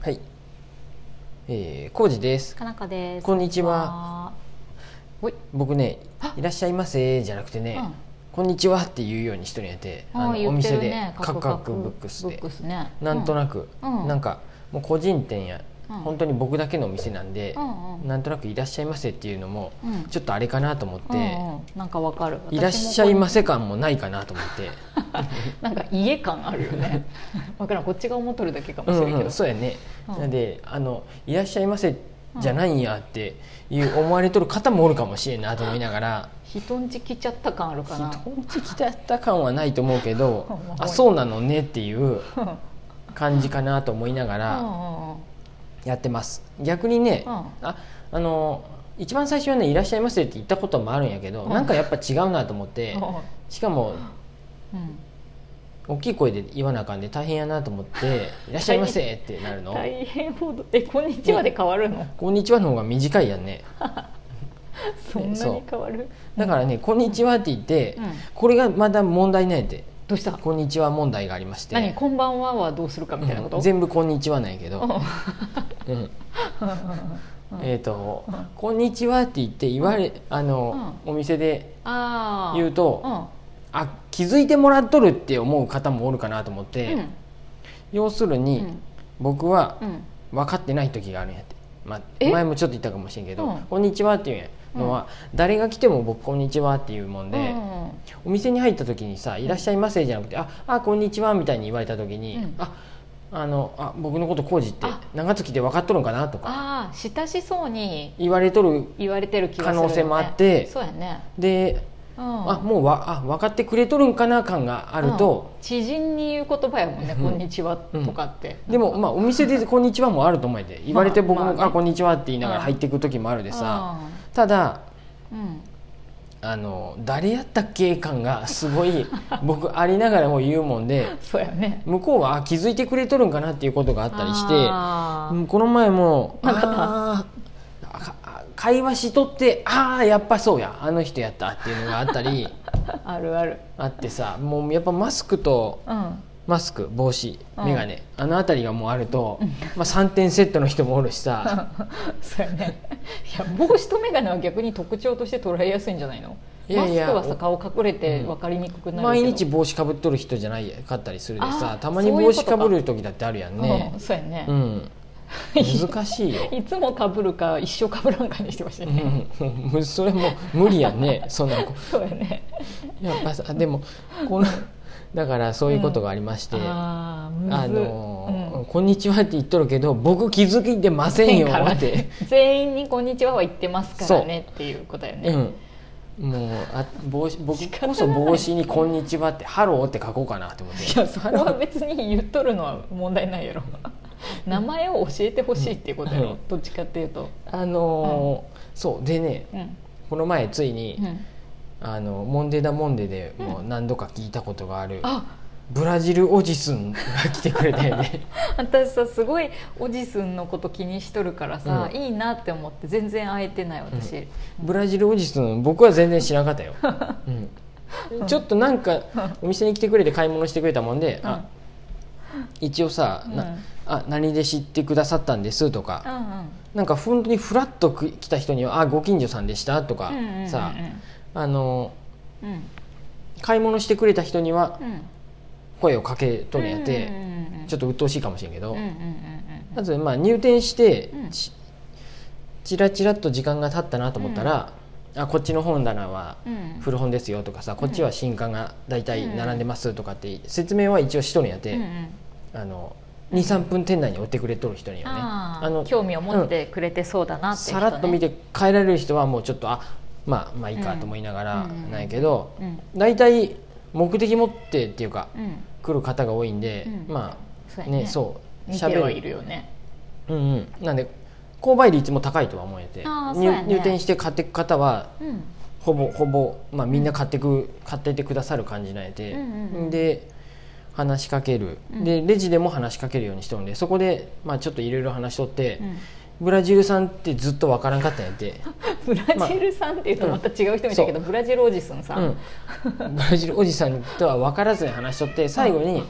はい。えー、康二です。かなこです。こんにちはこんにちは。僕ねあ、いらっしゃいませじゃなくてね、おい、うんこんにちはって言うようにしとるんやって、ああのー、お言って店るでね。カクカクブックスでブッ、ね。なんとく、なく、うんなんかもう個人店や、うん本当に僕だけのお店なんでう、んうん。なんとなくいらっしゃいませっていうのもうんちょっとあれかなと思って、うんうんなんかわかる。いらっしゃいませ。せ感もないかなと思 って、なんか家感あるよ ね。わからん、こっちが思っとるだけかもうしんれんけうどん、。そうやね。うんなんであのいらっしゃいませじゃないんやっていう思われとる方もおるかもしれんなと思いながら。人んち来ちゃった感あるかな。人んち来ちゃった感はないと思うけ どほんまあそうなのねっていううんうん感じかなと思いながうらんやってます逆にね、うんああの一番最初はね「いらっしゃいませ」って言ったこともあるんやけど、うんなんかやっぱ違うなと思って、うしかもんうん。大きい声で言わなあかんで大変やなと思って 「いらっしゃいませ」ってなるの大変ボード。え、こんにちはで変わるの。 「こんにちは」の方が短いやんねそんなに変わる。だからね「こんにちは」って言って、うんこれがまだ問題ないってどうし「たこんにちは」問題がありまして何こんばんははどうするかみたいなこと、うん全部「こんにちは」なんやけど、うんうんえーとうんこんにちは」って言って言われ、あの、お店でああ言うと、あ気づいてもらっとるって思う方もおるかなと思って、うん要するうに、ん僕はうん分かってない時があるんやって、まあえ前もちょっと言ったかもしれんけど「うんこんにちは」っていうのは、誰が来ても僕「こんにちは」っていうもんで、うんうんお店に入った時にさ「いらっしゃいませ」じゃなくて「ああこんにちは」みたいに言われた時に「うんああのあ僕のこと工事ってあ長月で分かっとるんかな」とかああ親しそうに言われとる言われてる気がする、ね、可能性もあってそうやね、でうん、あもうわあ分かってくれとるんかな感があるとう、ん知人に言う言葉やもんね「うんこんにちは」とかって、でもまあお店で「こんにちは」もあると思えて言われて僕も「あまあまあねこんにちは」って言いながらうん入っていく時もあるでさ、ただうんあの誰やったっけ感がすご い僕ありながらも言うもんでそうやね向こうはあ気づいてくれとるんかなっていうことがあったりしてあうんこの前もなんかあーあかあ会話しとってああやっぱそうやあの人やったっていうのがあったりーあるあるあってさもうやっぱマスクとうん マスク帽子うん眼鏡、あの辺りがもうあると、まあ、3点セットの人もおるし さそうやねいや帽子と眼鏡は逆に特徴として捉えやすいんじゃないのいやいやマスクはさ顔隠れてうん分かりにくくなるけど、毎日帽子かぶっとる人じゃないかったりするであさーたまにそういう帽こ子とかかぶる時だってあるやんねうん、そうやね、うん、難しいよ、 いつもかぶるか一生かぶらんかにしてほしいね、うん、 それも無理やんねそんなこそうやねやっぱさでもこのだからそういうことがありまして、ああむずあのーうんこんにちは」って言っとるけど僕気づいてませんよ」からっねて。 全員に「こんにちは」は言ってますからねっていうことだよね、うん、もうあ帽子僕仕方こないそ帽子に「こんにちは」って「ハロー」って書こうかなって思っていやそれは別に言っとるのは問題ない やろ名前を教えてほしいっていうことやろ、うんどっちかっていうとあのーそうでねうんこの前ついに、うんあのモンデダモンデでもう何度か聞いたことがある、あブラジルおじすんが来てくれたよね私さすごいおじすんのこと気にしとるからさ、うんいいなって思って全然会えてない私、 ブラジルおじすん僕は全然知らなか ったよ、うん、ちょっとなんかお店に来てくれて買い物してくれたもんで、あ一応さ、なうんあ何で知ってくださったんですとかう、んうんなんか本当にフラッと来た人には「あご近所さんでした」とかうんうんうんうんさあのうん買い物してくれた人にはうん声をかけとるんやって、うんうんうんうんちょっと鬱陶しいかもしれんけど、うんうんうんうんまずまあ入店して、うんちちらちらっと時間が経ったなと思ったら「あこっちの本棚はうん古本ですよ」とかさ「こっちは新刊が大体並んでます」とかって説明は一応しとるんやって、うんうんあの23分店内に置いてくれとる人にはね。あああの興味を持ってくれてそうだなっていう人さねらっと見て帰られる人はもうちょっとあまあまあいいかと思いながらうんないけどうん大体目的持ってっていうかうん来る方が多いんでうんまそうあやねねそう見喋てはいるよねうんうんなんで購買率も高いとは思えてあーそうや入ね入店して買っていく方はうんほぼほぼまあみんな買ってく買っていってくださる感じなんやでうんうんうんで話しかけるうんでレジでも話しかけるようにしてるんでそこでまあちょっといろいろ話しとってうんブラジル産ってずっとわからんかったんやって、ブラジルさんっていうとまた違う人みたいけど、ブラジルおじさんさ、うんん、、ブラジルおじさんとは分からずに話しとって最後に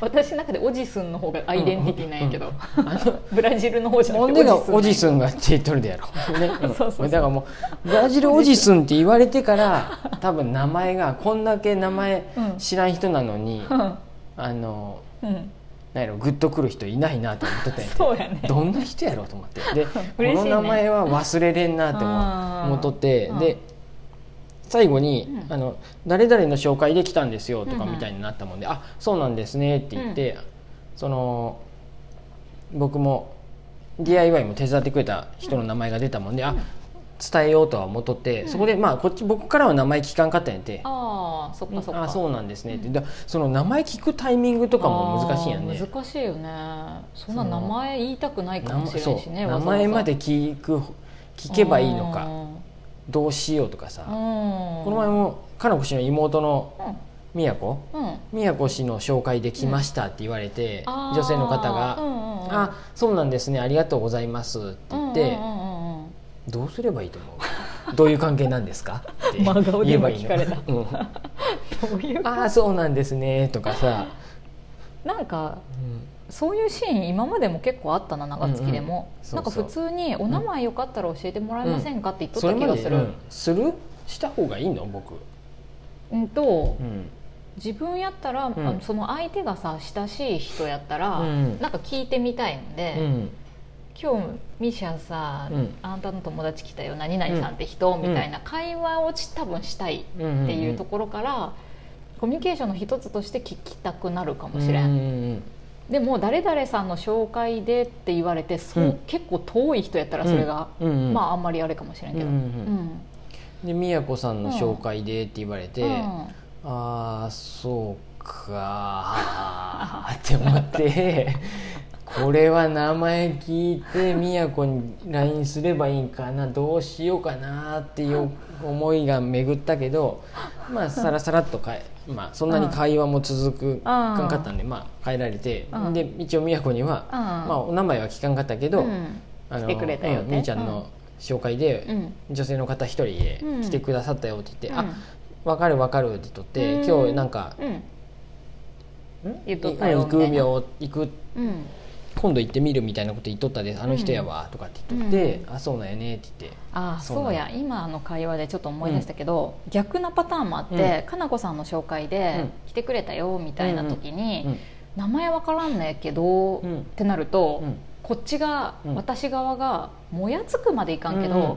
私の中でおじすんの方がアイデンティティなんやけど、 うんあのブラジルの方じゃななくんてでがおじんすんがって言っとるでやろ、 ねんそうそうそうだからもうブラジルおじすんって言われてから多分名前がこんだけ名前うん知らん人なのに、なんあのやうん、うん、なんやろグッとくる人いないなと思ってたんやてそうやね どんな人やろうと思ってで、こ 嬉しいねの名前は忘れれんなって思思っとってうんで最後に、うんあの「誰々の紹介で来たんですよ」とかうんうんみたいになったもんで「あそうなんですね」って言って、その僕も DIY も手伝ってくれた人の名前が出たもんで、あ伝えようとは思っとって、うんそこでまあこっち僕からは名前聞かんかったんやって。ああそっかそっかあそうなんですねって、うんだその名前聞くタイミングとかも難しいやんねあー難しいよねそんな名前言いたくないか名も前しれそんしうね名わざわざ前まで聞く聞けばいいのかどうしようとかうんさこの前もかのこ氏の妹の宮子うんうん宮子氏の紹介で来ましたって言われてあー女性の方がうんうん「うんあそうなんですねありがとうございます」って言ってうんうんうんうん「どうすればいいと思うどういう関係なんですか?」って 真顔で言えばいい聞のかれたうんどういうああそうなんですね」とかさなんかうんそういうシーン今までも結構あったな長槻でも、うんうんそうなんかそう普通に「お名前よかったら教えてもらえませんか?」って言っとっそたれ気まがですうる、んするした方がいいの僕うんとうん自分やったら、んあのその相手がさ親しい人やったら、うんなんか聞いてみたいので、うん今日ミシャさ、うんあんたの友達来たよ何々さんって人、みたいな会話をち多分したいうんっていうところから、コミュニケーションの一つとして聞きたくなるかもしれん、んでも誰々さんの紹介でって言われてそう、うん結構遠い人やったらそれが、うんうんまああんまりあれかもしれんけど、ううんんで宮子さんの紹介でって言われて、うんああそうかーって思って これは名前聞いて宮子に LINE すればいいんかなどうしようかなっていう思いが巡ったけどまあさらさらっとかえ、まあ、そんなに会話も続くかんかったんで、まあ、変えられて、うんで一応宮子には、まあ、お名前は聞かんかったけど、うんあの来てくれたようねんみーちゃんの紹介で、うん女性の方一人でうん来てくださったよって言って「うんあ分かる分かる」って言っとって、うん今日なんかうん「ん言っとったようん行くみたいな病行くうん今度行ってみる」みたいなこと言っとったで「あの人やわ」とかって言っとって「あそうなんやね」って言ってああそそううなのや今の会話でちょっと思い出したけど、逆なパターンもあって、かなこさんの紹介うんで来てくれたよみたいな時に、うん名前わからんねんけど、うんってなると、うんこっちが、うん私側がもやつくまでいかんけど、うんうん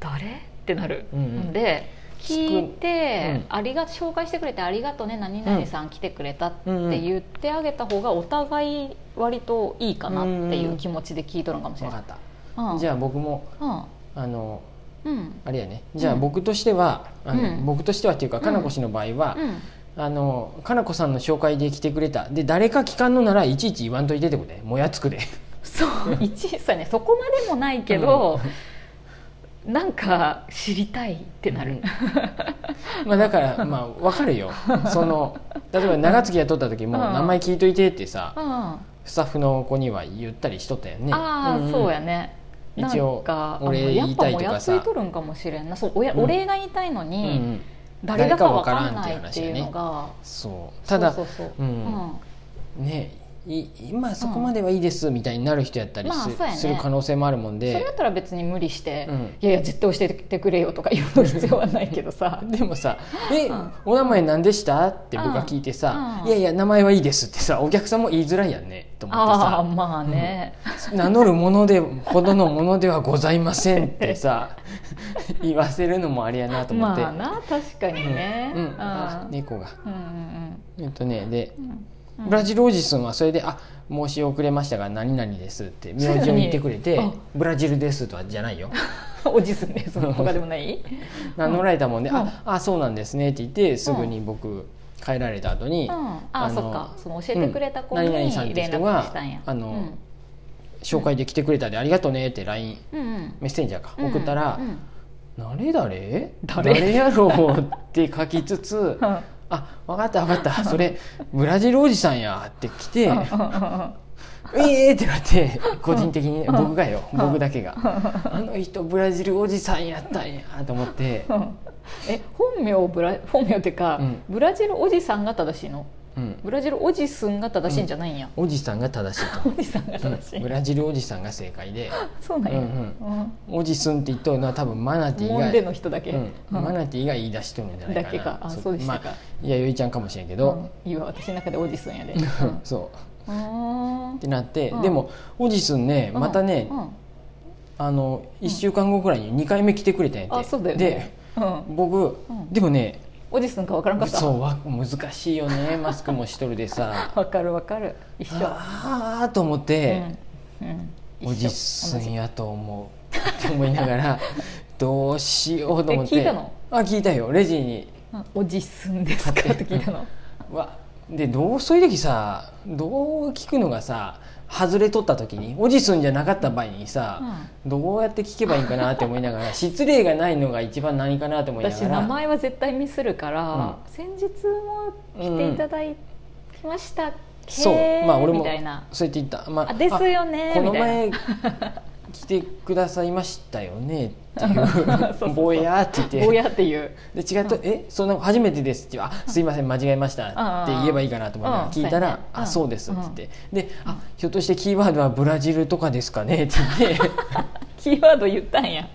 誰ってなる、うんうんで聞い聞てく、ありが紹介してくれてありがとうね何々さん来てくれたって言ってあげた方がお互い割といいかなっていう気持ちで聞いとるんかもしれ分なかっい、た、うん、じゃあ僕もあ、あのうんうんあれやねじゃあうん僕としては、あのうん僕としてはっていうかうんかなこ氏の場合は、うんあのかなこさんの紹介で来てくれたで誰か聞かんのならいちいち言わんといてってことでもやつくでそう一そうやねそこまでもないけど、なんか知りたいってなる、まあだからまあわかるよその例えば長月が撮った時もうん名前聞いといてってさうんあスタッフの子には言ったりしとったよねあ、んんそうやね一応なんかお礼あや言っぱいたいともかやさついとるんかもしれんなそうおや、うんお礼が言いたいのうんうに、ん誰だかわからないっていうのがそうただそうそううそううんんねい今そこまではいいですみたいになる人やったりまあすそうやねする可能性もあるもんそれだでったら別に無理して、うんいやいや絶対教えてくれよとか言う 必要はないけどさでもさ「えうんお名前何でした?」って僕が聞いてさ「うんいやいや名前はいいです」ってさお客さんも言いづらいやんねと思ってああさまあね、名乗るものでほどのものではございませんって さ言わせるのもありやなと思って、まあな確かにね、ううんんうんあ猫がうんうんえっとねで、うんうんうんブラジルおじさんはそれで「あ申し遅れましたが何々です」って名字を言ってくれてそうやね「ブラジルです」とはじゃないよおじすんですとかでもない名乗られたもんで「うんああそうなんですね」って言ってすぐに僕帰られた後に、うん、あああのそっかその教えてくれた子にうん何々さんって連人絡がしたんや、あの紹介で来てくれたで「ありがとうね」って LINE うん、うんうんメッセンジャーか送ったらうんうん「誰誰誰誰やろう?」って書きつ つうんうん あ分かった分かったそれブラジルおじさんやって来てうんうん「うえー!」ってなって個人的にねうん僕がようん僕だけが「あの人ブラジルおじさんやったんや」と思ってえ本名ブラ本名っていうか、うんブラジルおじさんが正しいのうんブラジルおじすんが正しいんじゃないんや、おじさんが正しいとおじさんがう正しい、んブラジルおじさんが正解でそうなんや、うんおじすんって言っとるのは多分マナうテんィもんでーの人だけ、がうんうんマナティーが言い出しとるんじゃないかだなけかあそうでしたか、まあいやよいちゃんかもしれんけうんど、いいわ私の中でおじすんやで、 そううんってなって、うんでもおじすんねまたね、うんうんあの1週間後ぐらいに2回目来てくれたんやって、あそうだよね、うんで僕、うんでもねおじすんかわからんかったそうわ難しいよ ねマスクもしとるでさわかるわかる一緒ああと思って、うんうん一緒おじすんやと思うって思いながらどうしようと思ってえ聞いたのあ聞いたよレジにうんおじすんですかって聞いた のわでどうそういう時さどう聞くのがさ外れとった時におじすんじゃなかった場合にさ、どうやって聞けばいいんかなって思いなが ら失礼がないのが一番何かなと思いなが私ら名前は絶対ミスるから、先日も来ていただきましたけ、そうまあ俺もみたいなそうやって言った、まあですよねあこのみたい前来てくださいましたよねって いそうそうそううぼやってな言っぼてやっていうで違った、えそんな初めてですって言うあすいません間違えましたって言えばいいかなと思ってうん聞いたら、そうやねうんあそうですって言って、であひょっとしてキーワードはブラジルとかですかねって言 って、キーワード言った んや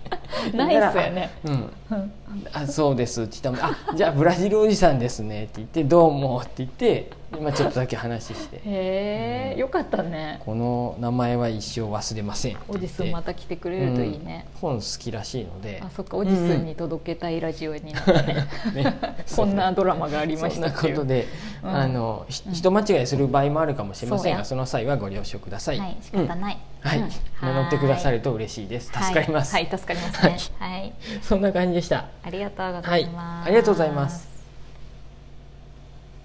ナイスやねうん、うんあそうですって言ったらあじゃあブラジルおじさんですね」って言って「どうも」って言って今ちょっとだけ話してへえよかっ「たねこの名前は一生忘れません」ってお言じっすんてまた来てくれるといいね、本好きらしいのであそっかおじすんに届けたいラジオになったねね こんなドラマがありましたっそてんいなうことで、うんあのひ人間違いする場合もあるかもしれませんそうやがその際はご了承ください、はい仕方うんない、はいうん名乗ってくださると嬉しいです助かります、はい、はい助かりますねはい、そんな感じでしたありがとうございます、はいありがとうございます